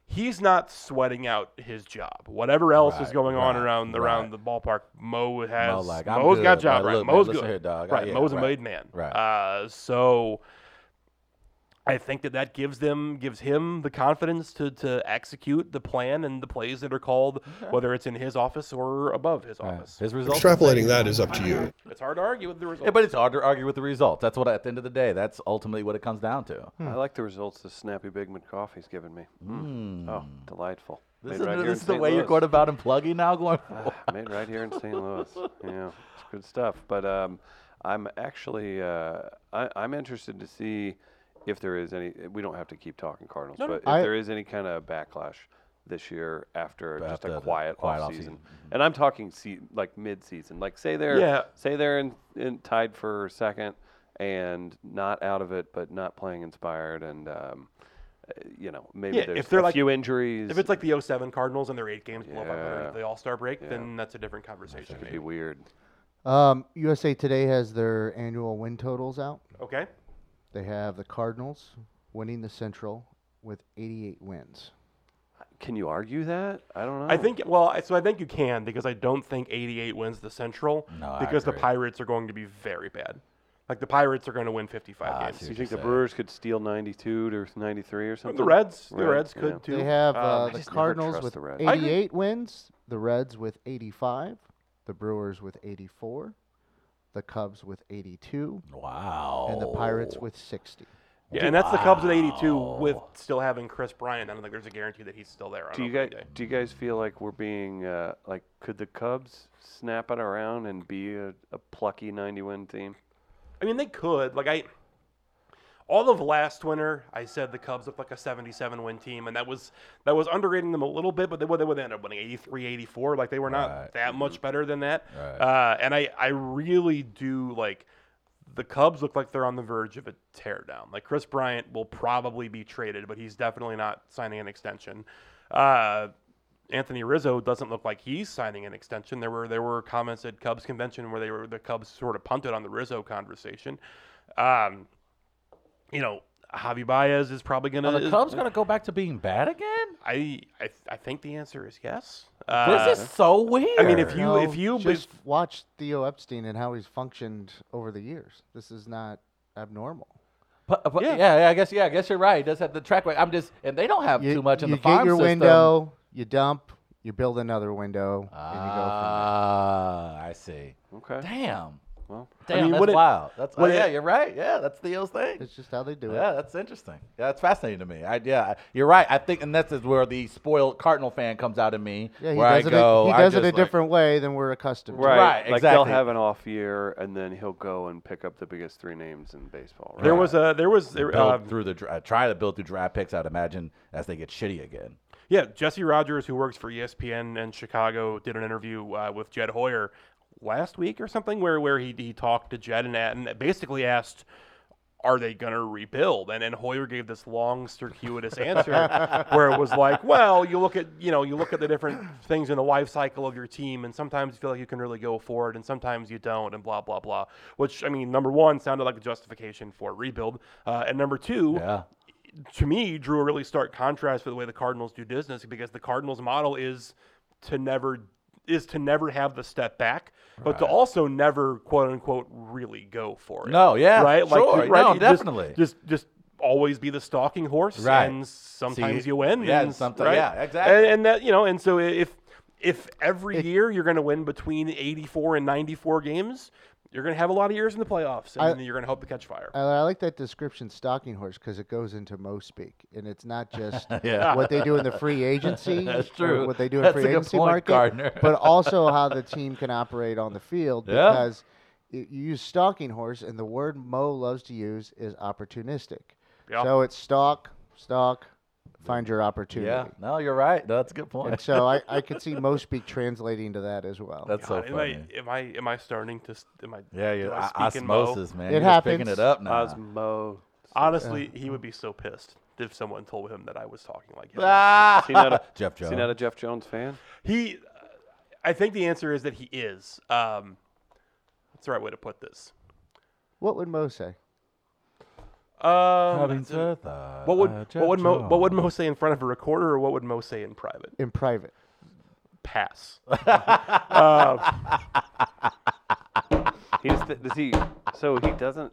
he's not sweating out his job. Whatever else is Right, going on right, around the right. around the ballpark, Mo has Mo's like, I'm good, got job bro. right. Look, man, Mo's listen good, here, dog. I- right? yeah, Mo's a right. made man, Right. Uh, so I think that that gives them gives him the confidence to to execute the plan and the plays that are called, whether it's in his office or above his Right. office. His results. Extrapolating that is up to you. It's hard to argue with the result. Yeah, but it's hard to argue with the results. That's what at the end of the day, that's ultimately what it comes down to. I like the results this snappy Bigman coffee's given me. Mm. Oh, delightful. This Made is, right here this in is the St. way you're Louis. going about and plugging now. *laughs* Going, made right here in St. Louis. Yeah, it's good stuff. But um, I'm actually uh, I, I'm interested to see if there is any. We don't have to keep talking Cardinals, but if I- there is any kind of backlash this year after just After a the quiet, quiet off offseason. Mm-hmm. season, and I'm talking se- like mid season, like say they're Yeah. say they're in, in tied for second and not out of it, but not playing inspired and. Um, uh, you know, maybe Yeah, there's if they're a like- few injuries. if it's like the 07 Cardinals and they're eight games below Yeah. 500 at the All Star break, then that's a different conversation. it'd be maybe. weird. Um, USA Today has their annual win totals out. Okay. They have the Cardinals winning the Central with 88 wins. Can you argue that? I don't know. I think well, I- so I think you can because I don't think 88 wins the Central No, I because the agree. Pirates are going to be very bad. Like the Pirates are going to win 55 Ah, I games. see Do you what think the saying. Brewers could steal 92 to 93 or something? The Reds, the Reds, Reds could yeah. too. They have Um, uh, I the just never Cardinals trust with the Reds. I agree. 88 wins, the Reds with 85, the Brewers with 84, the Cubs with 82, wow. and the Pirates with 60. yeah, and that's the Cubs at 82 with still having Chris Bryant. I don't think there's a guarantee that he's still there. on Do you guys opening day. do you guys feel like we're being uh, like could the Cubs snap it around and be a, a plucky 90 win team? I mean, they could. Like I, all of last winter, I said the Cubs looked like a 77 win team, and that was that was underrating them a little bit. But they would they would end up winning 83, 84. Like they were not Right. that much better than that. Right. Uh, and I I really do like. The Cubs look like they're on the verge of a teardown. Like Chris Bryant will probably be traded, but he's definitely not signing an extension. Uh, Anthony Rizzo doesn't look like he's signing an extension. There were there were comments at Cubs convention where they were the Cubs sort of punted on the Rizzo conversation. Um, you know, Javi Baez is probably gonna. Are the is- Cubs gonna go back to being bad again? I, I I think the answer is yes. this is so weird. Uh, I mean, if you No, if you just if- watch Theo Epstein and how he's functioned over the years, this is not abnormal. But, but Yeah. yeah. yeah, I guess yeah, I guess you're right. It does have the track record. I'm just and they don't have You, too much in you the farm get your system. window, you dump, you build another window, and you go from there. Ah, I see. Okay. Damn. Well, Damn, mean, that's would it- wild. That's oh, would yeah, it- you're right. Yeah, that's Theo's thing. It's just how they do it. Yeah, that's interesting. Yeah, that's fascinating to me. I, yeah, I- you're right. I think, and that's is where the spoiled Cardinal fan comes out in me. Yeah, he where does I it. go, a, he I does it just a like- different way than we're accustomed to. right, Right, like they'll exactly. have an off year and then he'll go and pick up the biggest three names in baseball. Right? Uh, there was a there was there, build uh, through the dra- try to build through draft picks. I'd imagine as they get shitty again. Yeah, Jesse Rogers, who works for E ESPN in Chicago, did an interview uh, with Jed Hoyer last week or something, where where he, he talked to Jed and, and basically asked, "Are they gonna rebuild?" And and Hoyer gave this long circuitous answer, where it was like, "Well, you look at you know you look at the different things in the life cycle of your team, and sometimes you feel like you can really go forward, and sometimes you don't, and blah blah blah." Which I mean, number one sounded like a justification for rebuild, uh, and number two Yeah. to me drew a really stark contrast with the way the Cardinals do business because the Cardinals model is to never is to never have the step back, but to also never quote unquote really go for it. No, yeah, right, sure. right, No, you just- definitely. Just just. Always be the stalking horse, Right. and sometimes See, you win. yeah, and and s- someti- right? yeah, exactly. And, and that you know, and so if if every year you're going to win between 84 and 94 games, you're going to have a lot of years in the playoffs, and you're going to hope to catch fire. I, I like that description, stalking horse, because it goes into Mo speak, and it's not just *laughs* Yeah. what they do in the free agency. *laughs* That's or true. What they do in That's free a good agency point, market, Gardner. *laughs* but also how the team can operate on the field Yeah. because y- you use stalking horse, and the word Mo loves to use is opportunistic. Yeah. So it's stalk, stalk, find your opportunity. Yeah. No, you're right. No, that's a good And point. so I, I could see Mo speak translating to that as well. That's so God, am I, funny. am I am I starting to s- am I Yeah, do you're I o- speak in Mo? osmosis, man. It You're just picking happens. it up now. Osmo. Honestly, he would be so pissed if someone told him that I was talking like him. Ah! Seen out a, Jeff seen out Jones. a Jeff Jones fan? He, I think the answer is that he is. Um, that's the right way to put this. What would Mo say? Um, what would what would Mo, what would Mo? Mo say in front of a recorder, or what would Mo say in private? in private. Pass. *laughs* He's does he? So he doesn't.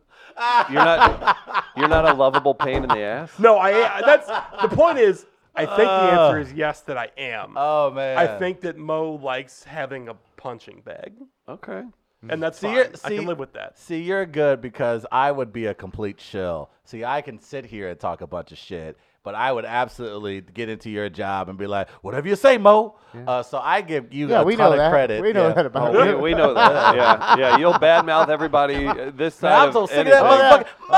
You're not. You're not a lovable pain in the ass. no, I. That's the point. Is I think the answer is yes that I am. Ah. Oh man. I think that Mo likes having a punching bag, Okay. and that's Mm. See, fine. you're- I see- can live with that. See, you're good because I would be a complete shill. See, I can sit here and talk a bunch of shit, but I would absolutely get into your job and be like, "Whatever you say, Mo." Uh, so I give you Yeah, a we ton know of that. credit. We know Yeah. Oh, that about We, you. Oh, we know that. Yeah, yeah. You'll badmouth everybody uh, this side. *laughs* I'm of so sick of that anything. motherfucker. *laughs* Mo,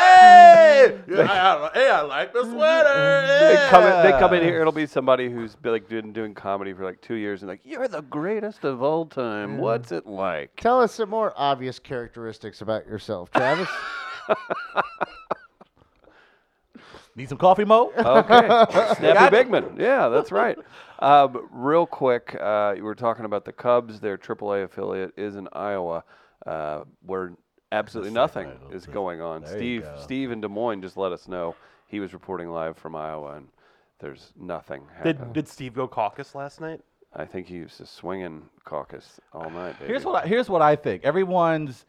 hey! Yeah, I, hey, I like the sweater. They come, in, they come in yeah. here. It'll be somebody who's been, like been doing comedy for like two years and like, you're the greatest of all time. What's it like? Tell us some more obvious characteristics about yourself, Travis. *laughs* Need some coffee, Mo? Oh, *laughs* Okay, Snappy Bigman. Yeah, that's right. Um, real quick, uh, you were talking about the Cubs. Their AAA affiliate is in Iowa, uh, where absolutely nothing is going on. There you Steve, go. Steve in Des Moines just let us know he was reporting live from Iowa, and there's nothing. happening. Did, did Steve go caucus last night? I think he used to swinging caucus all night. Baby. Here's what I, here's what I think. Everyone's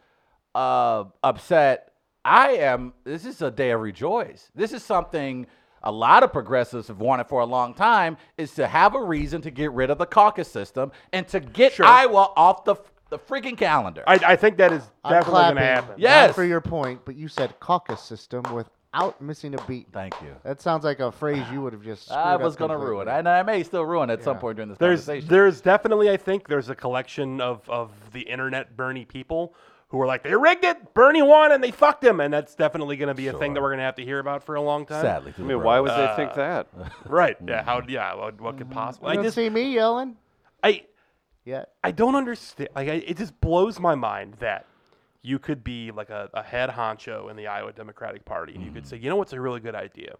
uh, upset. I am. This is a day of rejoice. This is something a lot of progressives have wanted for a long time: is to have a reason to get rid of the caucus system and to get Sure. Iowa off the the freaking calendar. I, I think that is I'm definitely going clapping. to happen. Yeah. Not for Yes. your point, but you said caucus system without missing a beat. Thank you. That sounds like a phrase you would have just. screwed I up was gonna ruin, completely. and I may still ruin at some point during this There's conversation. there's definitely I think there's a collection of of the internet Bernie people who are like they rigged it, Bernie won, and they fucked him, and that's definitely going to be a thing that we're going to have to hear about for a long time. Sadly, I through the mean, why world. would they think *laughs* that? Right? Yeah. How? Yeah. What, what could possibly? Mm. You I don't just see me yelling I yet. I don't understand. Like I, it just blows my mind that you could be like a, a head honcho in the Iowa Democratic Party, and you could say, you know what's a really good idea?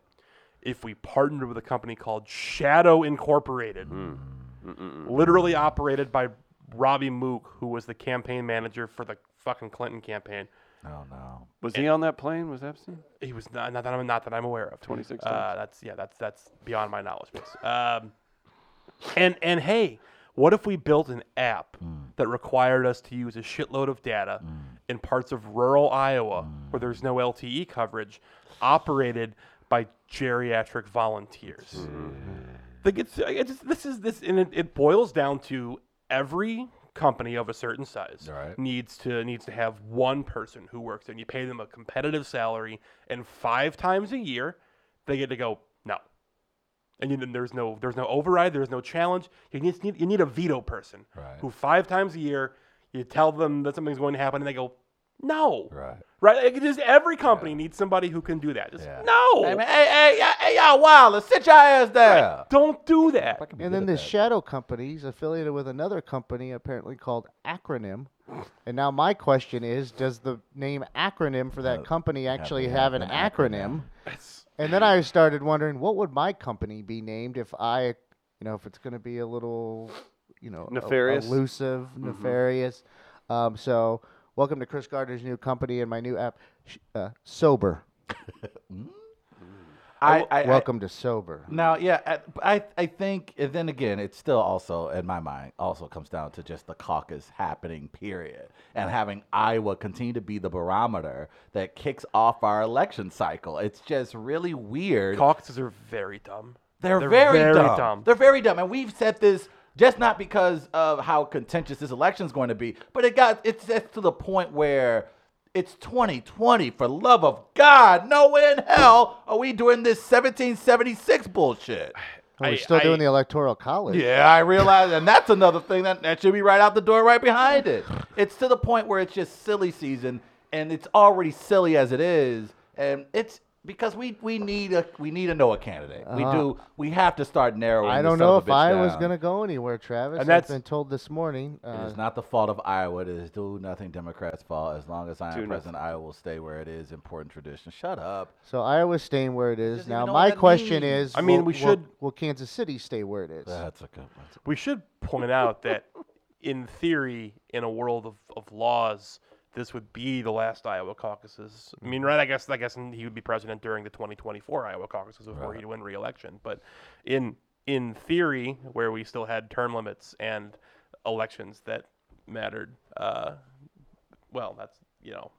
If we partnered with a company called Shadow Incorporated, literally operated by Robbie Mook, who was the campaign manager for the fucking Clinton campaign. Oh no. Was he on that plane? Was Epstein? He was not, not that I'm not that I'm aware of. 26 Uh, times. that's yeah. That's that's beyond my knowledge base. Um, and and hey, what if we built an app that required us to use a shitload of data in parts of rural Iowa where there's no LTE coverage, operated by geriatric volunteers? Like it's, it's just- this is this and it, it boils down to every company of a certain size Right. needs to needs to have one person who works and you pay them a competitive salary and five times a year they get to go no and you, then there's no there's no override there's no challenge you need you need a veto person Right. who five times a year you tell them that something's going to happen and they go no Right. right like, it is every company needs somebody who can do that Just, Yeah. no Hey, man, hey, hey, y- hey, y'all wild. Let's sit your ass down. don't do that I can be And good then at this that. shadow company is affiliated with another company apparently called Acronym. And now my question is, does the name Acronym for that company actually Oh, have, an, acronym? And then I started wondering, what would my company be named if I, you know, if it's going to be a little, you know, e- Nefarious? elusive, nefarious. Um, so, welcome to Chris Gardner's new company and my new app, sh- uh, Sober. I, I, I, welcome to Sober. Now, yeah, I, I, I think, and then again, it's still also, in my mind, also comes down to just the caucus happening, period. And having Iowa continue to be the barometer that kicks off our election cycle. It's just really weird. caucuses are very dumb They're, very, dumb. dumb. They're very dumb. And we've said this just not because of how contentious this election's going to be, but it got it's just to the point where it's 2020 for love of God. No way in hell are we doing this 1776 *sighs* bullshit. Oh, we're I- still I- doing the Electoral College. Yeah, I realize, and that's another thing that, that should be right out the door, right behind it. It's to the point where it's just silly season, and it's already silly as it is, and it's because we we need a we need to know a candidate. We do. We have to start narrowing. I this don't son know of if a bitch I was down. going to go anywhere, Travis. And I've that's- been told this morning. Uh, It is not the fault of Iowa. It is do nothing Democrats' fault. As long as I Do am president, I will stay where it is. Important tradition. Shut up. so Iowa's staying where it is. doesn't Now, even know what my that question means. is I mean, will- we will- should- Will, Kansas City stay where it is? That's a good one. We should point out that, in theory, in a world of, of laws, this would be the last Iowa caucuses. I mean, right? I guess I guess he would be president during the 2024 Iowa caucuses before he'd win re-election. But in in theory, where we still had term limits and elections that mattered, uh, well, that's you know,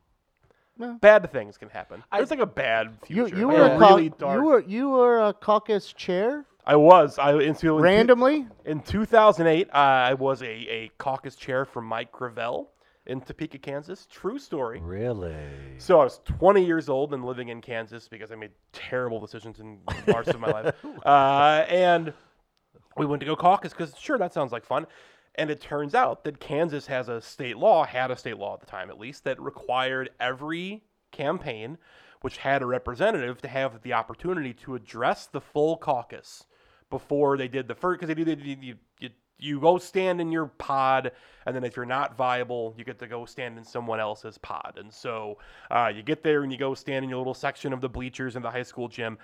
Yeah. bad things can happen. There's like a bad You, future. you like were a a cau- really dark. you were you were a caucus chair I was. I in, so in two- randomly. in 2008, I was a, a caucus chair for Mike Gravel in Topeka, Kansas. True story. Mm. Really? So I was 20 years old and living in Kansas because I made terrible decisions in parts of my life. Uh, and we went to go caucus because sure, that sounds like fun. And it turns out that Kansas has a state law, had a state law at the time at least, that required every campaign which had a representative to have the opportunity to address the full caucus before they did the first because they do they, you, you, you you go stand in your pod and then if you're not viable you get to go stand in someone else's pod and so uh, you get there and you go stand in your little section of the bleachers in the high school gym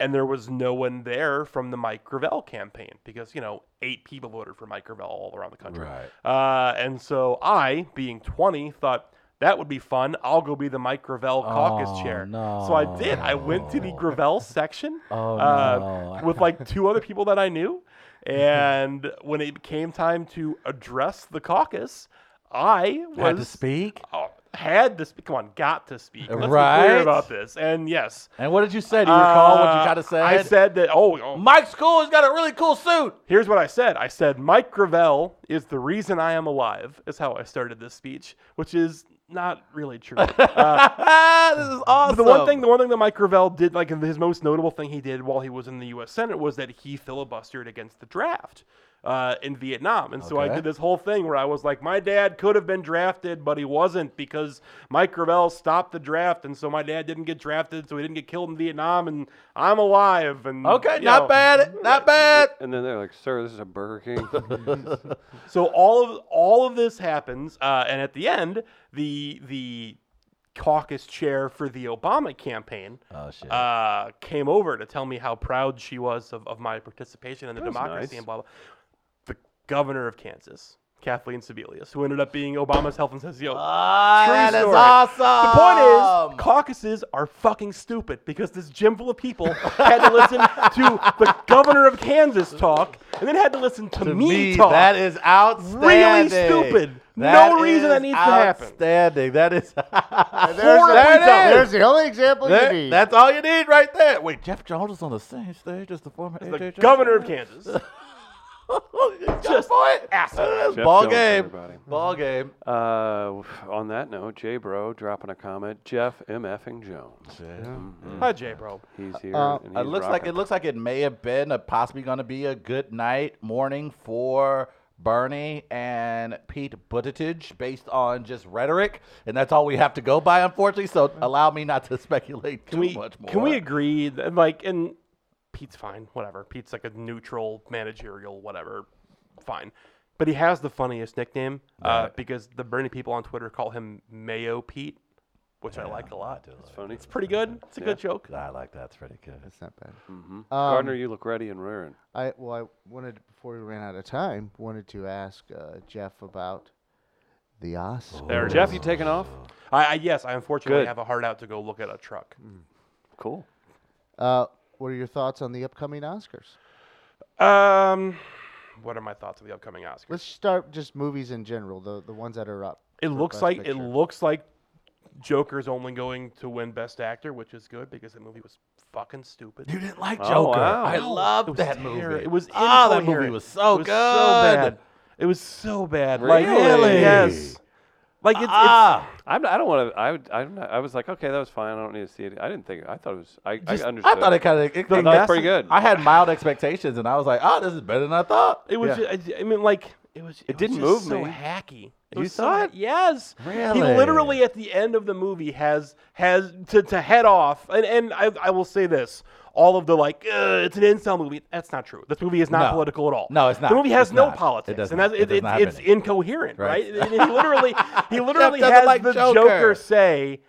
and there was no one there from the Mike Gravel campaign because you know eight people voted for Mike Gravel all around the country Right. uh, and so I being 20 thought that would be fun. I'll go be the Mike Gravel caucus Oh, chair. So I did. I went *laughs* to the no. Gravel section Oh, uh, no. with like two other people that I knew. And when it came time to address the caucus, I was Had to speak. Oh, had to speak. Come on, got to speak. Let's be Right? clear about this. And yes, And what did you say? Do you recall what you uh, kind of said? I said that. Oh, oh, Mike School has got a really cool suit. Here's what I said. I said Mike Gravel is the reason I am alive. Is how I started this speech, which is not *laughs* really true. Uh, Ah, this is awesome. the one thing, the one thing that Mike Gravel did, like his most notable thing he did while he was in the U.S. Senate, was that he filibustered against the draft uh, in Vietnam. And so I Okay. did this whole thing where I was like, my dad could have been drafted, but he wasn't because Mike Gravel stopped the draft, and so my dad didn't get drafted, so he didn't get killed in Vietnam, and I'm alive. And okay, you not know. bad. Not bad. And then they're like, "Sir, this is a Burger King." *laughs* So all of all of this happens, uh, and at the end, the the caucus chair for the Obama campaign Oh shit. uh, came over to tell me how proud she was of, of my participation in the That's democracy nice. and blah blah. The governor of Kansas, Kathleen Sebelius, who ended up being Obama's health and socio. Ah, True that is story. The awesome. point is, caucuses are fucking stupid because this gym full of people had to listen to the governor of Kansas talk and then had to listen to, to me, me, talk. that is outstanding. stupid. No reason that is needs to happen. Outstanding. That is. *laughs* There's, Horribly there it done. is. There's the only example That- you need. that's all you need right there. Wait, Jeff Jones is on the same stage as the former the AJ Johnson. governor *laughs* of Kansas. Just point. Asshole. Jeff Ball Jones, game. everybody. Ball game. uh, on that note, Jay Bro dropping a comment. Jeff M. Effing Jones. Hi, Jay, bro. He's here. Uh, and It he's looks like rocking. it looks like it may have been a, possibly going to be a good night morning for Bernie and Pete Buttigieg based on just rhetoric, and that's all we have to go by, unfortunately. So allow me not to *laughs* speculate too Can we much more. *laughs* can we agree that like and Pete's fine, whatever. Pete's like a neutral managerial, whatever, fine. But he has the funniest nickname uh, because the Bernie people on Twitter call him Mayo Pete, which I like a lot. It's funny. pretty good. It's a good joke. I like that. That's pretty good. That's not bad. um, Gardner, you look ready and raring. I well, I wanted before we ran out of time, wanted to ask uh, Jeff about the Oscars. There, Jeff, Jeff. you taking off? I, I yes, I unfortunately Good. have a heart out to go look at a truck. Cool. Uh, what are your thoughts on the upcoming Oscars? Mm. Um, what are my thoughts on the upcoming Oscars? Let's start just movies in general, the the ones that are up. It for looks Best like it Picture. looks like Joker's only going to win Best Actor, which is good because that movie was fucking stupid. You didn't like Oh, Joker. wow. I No, It loved was that terri- movie. It was ah, that incoherent. movie was so it was good. So bad. It was so bad. Like, Really? yes. Like it's, Ah, I'm, not- I don't want to. I would- I'm not, I was like, okay, that was fine. I don't need to see it. I didn't think. I thought it was. I, just- I I, understood. thought it kind of. It, was that's- pretty good. I had mild expectations, and I was like, "Oh, this is better than I thought." it's it was. Yeah. ju- I, I mean, like it was. It, was didn't just move so me. hacky. It You was so saw ha- it? Yes. Really? He literally at the end of the movie has has to, to head off, and and I, I will say this. All of the like, uh, it's an incel movie. That's not true. This movie is not No. political at all. No, it's not. The movie has It's no not. It politics, does and not. that's It it, does it's, not have it's any. incoherent, Right. *laughs* right? And he literally, he literally doesn't has like the Joker. Joker say,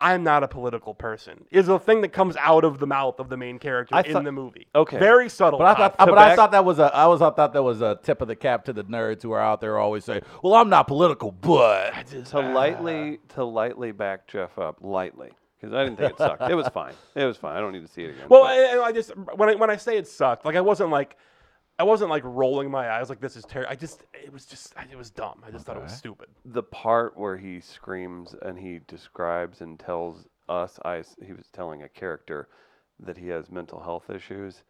I'm not a political person is a thing that comes out of the mouth of the main character I in thought- the movie. Okay. Very subtle. But I thought, Todd. but I back- thought that was a, I was, I thought that was a tip of the cap to the nerds who are out there always saying, "Well, I'm not political, but." to lightly Ah. to lightly back Jeff up lightly because I didn't think it sucked. it *laughs* was fine. It was fine. I don't need to see it again. Well, but- I, I- I just when I when I say it sucked, like I wasn't like I wasn't like rolling my eyes like this is terrible. I just it was just it was dumb. I just thought it was stupid. the part where he screams and he describes and tells us, I s- he was telling a character that he has mental health issues.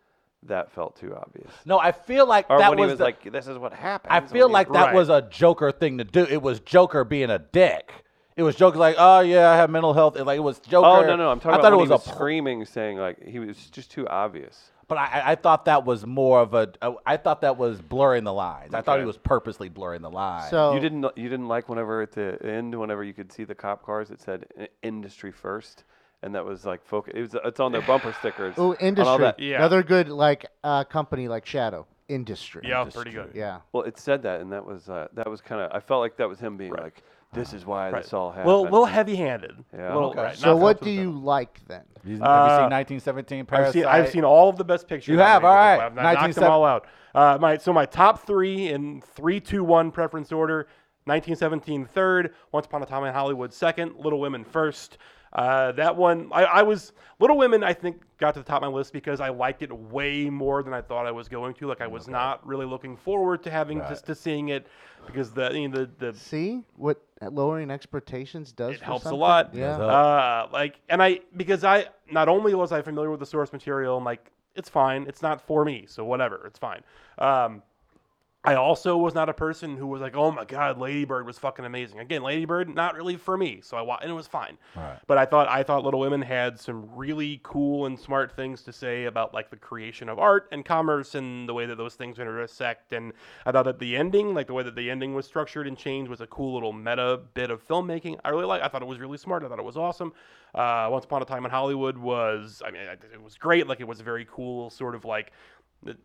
That felt too obvious. No, I feel like Or that when was, he was the- like, "This is what happened." I feel like that Right. was a Joker thing to do. It was Joker being a dick. It was Joker like, "Oh yeah, I have mental health." It, like it was Joker. Oh no, no! I'm talking I about thought when it he was was a. pl- screaming, saying like he was just too obvious. But I- I, I thought that was more of a. uh, I- I thought that was blurring the lines. I thought Okay. he was purposely blurring the lines. So Oh. You didn't you didn't like whenever at the end, whenever you could see the cop cars, it said "I- "Industry First, and that was like focus. It was, it's on their bumper stickers. ooh, on all industry. that. Yeah. Another good like uh, company like Shadow Industry. Yeah, pretty good. Yeah. Well, it said that, and that was uh, that was kind of. I felt like that was him being like, "This is why this all happened." Well, a little heavy-handed. Yeah. A little, Okay. right, So not- what do you like then? You- have you Uh, seen 1917 Parasite? I've seen, I've seen all of the best pictures. You nominations. have, all right. I've not- knocked 1970 them all out. Uh, my so my top three in three, two, one preference order: 1917 third, Once Upon a Time in Hollywood second, Little Women first. Uh, that one, I, I was Little Women. I think got to the top of my list because I liked it way more than I thought I was going to. Like I Mm, was not really looking forward to having just to seeing it because the you know, the, the See what lowering expectations does. it for helps a something? lot. Yeah. Uh, like, and I because I not only was I familiar with the source material, I'm like, it's fine. It's not for me, so whatever. It's fine. Um, I also was not a person who was like, oh my god, Ladybird was fucking amazing. Again, Ladybird, not really for me. So I wa- and it was fine. Right. But I thought I thought Little Women had some really cool and smart things to say about like the creation of art and commerce and the way that those things intersect. And I thought that the ending, like the way that the ending was structured and changed, was a cool little meta bit of filmmaking. I really like. I thought it was really smart. I thought it was awesome. Uh, Once Upon a Time in Hollywood was, I mean, I- it was great. Like it was a very cool sort of like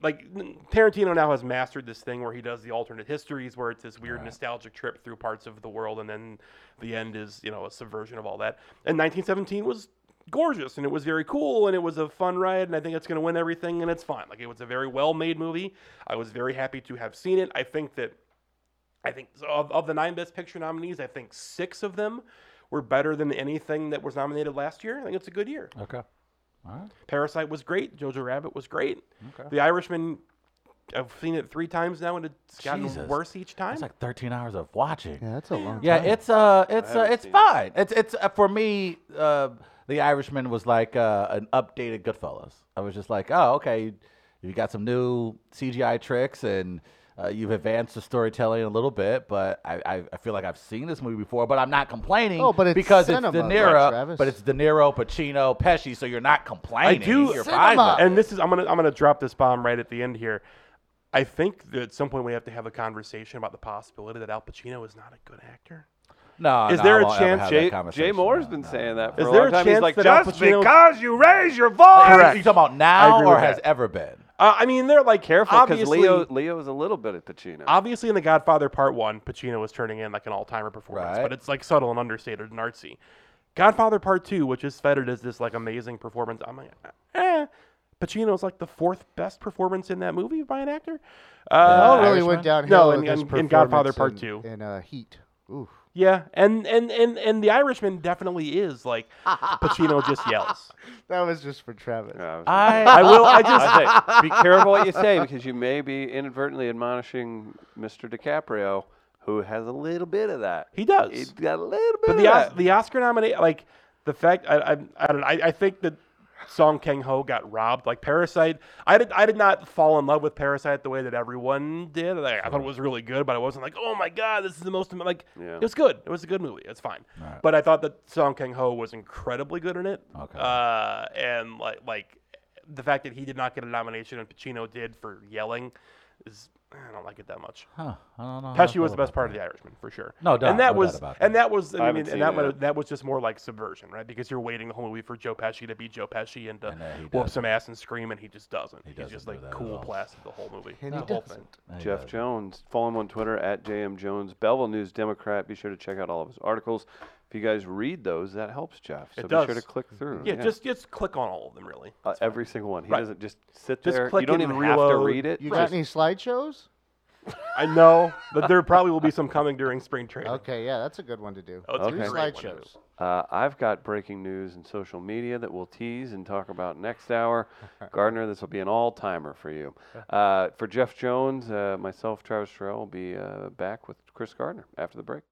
like Tarantino now has mastered this thing where he does the alternate histories, where it's this weird nostalgic trip through parts of the world, and then the end is you know a subversion of all that. And 1917 was gorgeous, and it was very cool, and it was a fun ride, and I think it's going to win everything, and it's fine. Like it was a very well made movie. I was very happy to have seen it. I think that I think so of, of the nine Best Picture nominees, I think six of them were better than anything that was nominated last year. I think it's a good year. okay. All right. Parasite was great. Jojo Rabbit was great. The Irishman, I've seen it three times now, and it's gotten Jesus. worse each time. It's like 13 hours of watching. Yeah, that's a long. Yeah, it's uh, it's uh, haven't it's seen it. fine. It's it's uh, for me. Uh, the Irishman was like uh, an updated Goodfellas. I was just like, oh, okay, you, you got some new CGI tricks and uh, you've advanced the storytelling a little bit. But I, I, I feel like I've seen this movie before, but I'm not complaining. Oh, but it's because cinema, it's De right, Niro, Travis? but it's De Niro, Pacino, Pesci, so you're not complaining. do- You're fine Cinema. with it. and this is I'm gonna I'm gonna drop this bomb right at the end here. I think that at some point we have to have a conversation about the possibility that Al Pacino is not a good actor. No, Is no, there I a won't ever chance have that Jay, Jay conversation. Moore's No, been no, saying no. that for Is a there long a time. He's chance like, that Al just Pacino- because you raise your voice. Correct. You talking about I now agree or with has that. ever been? Uh, I mean, they're like Careful, because obviously- Ah, Leo Leo's a little bit at Pacino. obviously in The Godfather Part One, Pacino was turning in like an all-timer performance, Right. but it's like subtle and understated and artsy. Godfather Part Two, which is feted as this like amazing performance, I'm like, eh. Pacino's like the fourth best performance in that movie by an actor. Uh, Oh, really Irishman? went downhill. No, with in- his in- in Godfather performance Part in- Two. In uh, Heat. Oof. Yeah, and and and and The Irishman definitely is like Pacino just yells. That was just for Travis. Yeah, I was gonna I I will. I *laughs* just say, I say, be careful what you ah, say because you may be inadvertently admonishing Mr. DiCaprio, who has a little bit of that. he does. He's got a little bit But of the Os- that. the Oscar nominee, like the fact I I, I don't know, I, I think that Song Kang Ho got robbed. Like Parasite, I did I did not fall in love with Parasite the way that everyone did. Like, I thought it was really good, but I wasn't like, oh my god, this is the most am-" like. Yeah. It was good. It was a good movie. It's fine. Alright. But I thought that Song Kang Ho was incredibly good in it. Okay. Uh, and like like the fact that he did not get a nomination and Pacino did for yelling is. I don't like it that much. Huh, I don't know. how I Pesci feel was the about best part of the Irishman for sure. No doubt, and that no was doubt about and that was I haven't mean, seen and that it was, yet. that was just more like subversion, right? Because you're waiting the whole movie for Joe Pesci to be Joe Pesci and to And, uh, he whoop doesn't. some ass and scream, and he just doesn't. He's doesn't just do like that at cool all. placid the whole movie. And the he whole doesn't. thing. that. Jeff Jones. Follow him on Twitter at JM Jones. Belleville News Democrat. Be sure to check out all of his articles. If you guys read those, that helps Jeff. So It be sure does. to click through. Yeah, just just click on all of them really. Uh, every single one. He Right. doesn't just sit Just there. You click don't it even and have to reload. read it. You Just- got any slideshows? *laughs* I know, but there probably will be some coming during spring training. Okay, yeah, that's a good one to do. Oh, it's a Three great one to slideshows. do. Uh, I've got breaking news and social media that we'll tease and talk about next *laughs* hour. Gardner, this will be an all timer for you. Uh, for Jeff Jones, uh, myself, Travis Terrell will be uh, back with Chris Gardner after the break.